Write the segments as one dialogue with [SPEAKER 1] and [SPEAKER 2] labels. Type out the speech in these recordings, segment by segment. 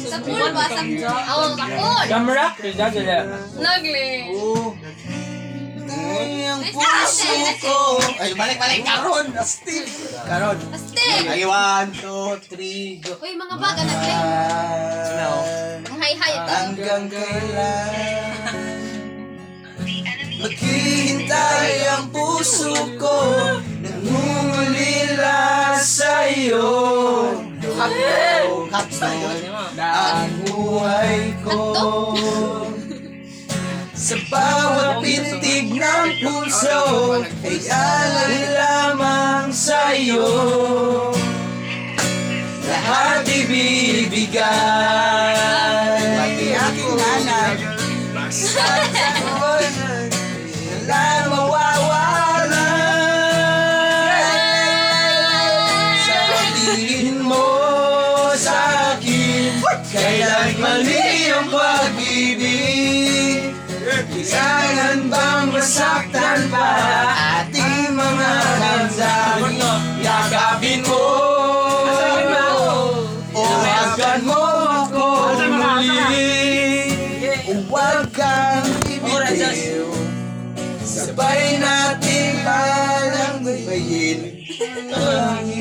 [SPEAKER 1] Sa pool ba? Sa Oo, sa pool.
[SPEAKER 2] Camera? Dagala.
[SPEAKER 1] Nagli.
[SPEAKER 3] Ay, ang
[SPEAKER 1] Ay,
[SPEAKER 3] puso
[SPEAKER 1] ate, ate.
[SPEAKER 3] ko. Ay, balik, balik. Karon, astig. Karon.
[SPEAKER 1] Astig!
[SPEAKER 3] Ay, one, two, three, go.
[SPEAKER 1] Uy, mga baga, nagli.
[SPEAKER 3] Slow.
[SPEAKER 1] Ang hay-hay ito.
[SPEAKER 3] Hanggang kailan Maghihintay ang puso ko Nangungulila sa'yo Cups na yun Ang buhay ko Sa bawat pintig ng puso Ay alay lamang sa'yo Lahat ibibigay Pati aking anak Wala mawawala Sa tingin mo sa akin Kailan mali ang pag-ibig Kailangan bang masaktan pa Ating mga damdamin Yakapin mo O hagan mo ako muli Huwag kang bibitiw Sabay natin palanggayin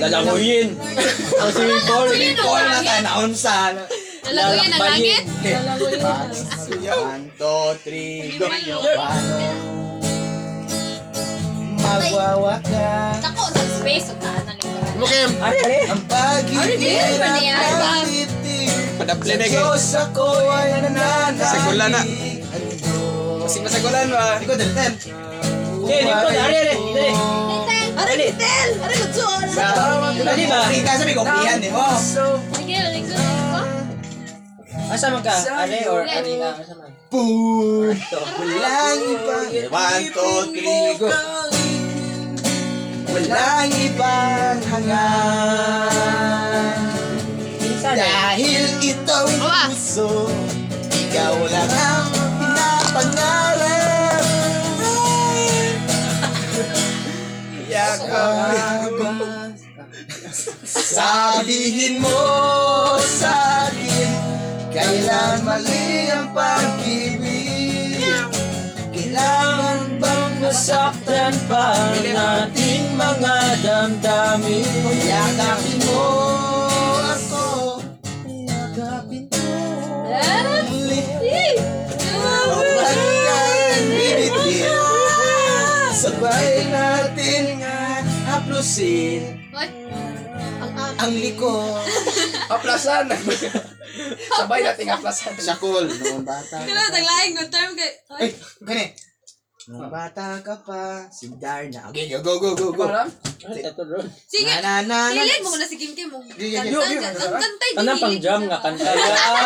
[SPEAKER 2] Lalamuyin. Ang swimming pool.
[SPEAKER 1] Lalamuyin o
[SPEAKER 3] Paul na tayo
[SPEAKER 1] langit?
[SPEAKER 3] naon sa
[SPEAKER 1] Lalaguyan ang langit?
[SPEAKER 3] One, two, three, go Paano Magwawakas
[SPEAKER 1] Ako, sa space. Ang tahanan ko.
[SPEAKER 4] Mukim!
[SPEAKER 2] Ari.
[SPEAKER 3] Ang pag-ibig
[SPEAKER 1] Ano ba yan?
[SPEAKER 3] at pag-ibig Sa
[SPEAKER 4] Padaplenek eh.
[SPEAKER 3] Diyos ako ay nananalig
[SPEAKER 4] Sagula na.
[SPEAKER 3] Kasi
[SPEAKER 4] Kasi masagulan ba?
[SPEAKER 3] ko din, ten
[SPEAKER 2] Hindi, hindi ko. Ari, ari. Ari.
[SPEAKER 1] Litel!
[SPEAKER 2] Ari.
[SPEAKER 3] Sa
[SPEAKER 1] Ah.
[SPEAKER 3] bawat
[SPEAKER 2] Dali ba?
[SPEAKER 3] Kita sabi ko, pihan eh, oh
[SPEAKER 1] Nagli, nagli ko.
[SPEAKER 2] Asa man ka? Ari or Ari na? Asa man?
[SPEAKER 3] Puto Walang iba One, two, three, go Walang ibang hangal Dahil ito ang puso Ikaw lang ang pinapangarap Ay, Yakap Sabihin mo sa akin Kailan mali ang pag-ibig Kailangan bang masaktan pa ang ating mga damdamin Yakapin mo ako Yakapin mo muli Huwag kang bibitiw Sabay natin nga haplusin ang liko.
[SPEAKER 4] Aplasan! Sabay nating aplasan.
[SPEAKER 3] Sakol, noong bata.
[SPEAKER 1] Kaya nang laing ng term kay...
[SPEAKER 3] Ay, gani. Noong bata ka pa, Mm. sundar na. Okay, go, go, go, go, go.
[SPEAKER 2] Ari, ito ron.
[SPEAKER 1] Sige,
[SPEAKER 3] Na, na, na, na.
[SPEAKER 1] Silid mo na si Kim Kim mo.
[SPEAKER 3] Sige, sige.
[SPEAKER 1] Kantan, kantan, kantay.
[SPEAKER 2] Anong
[SPEAKER 1] dili.
[SPEAKER 2] pang jam nga kanta?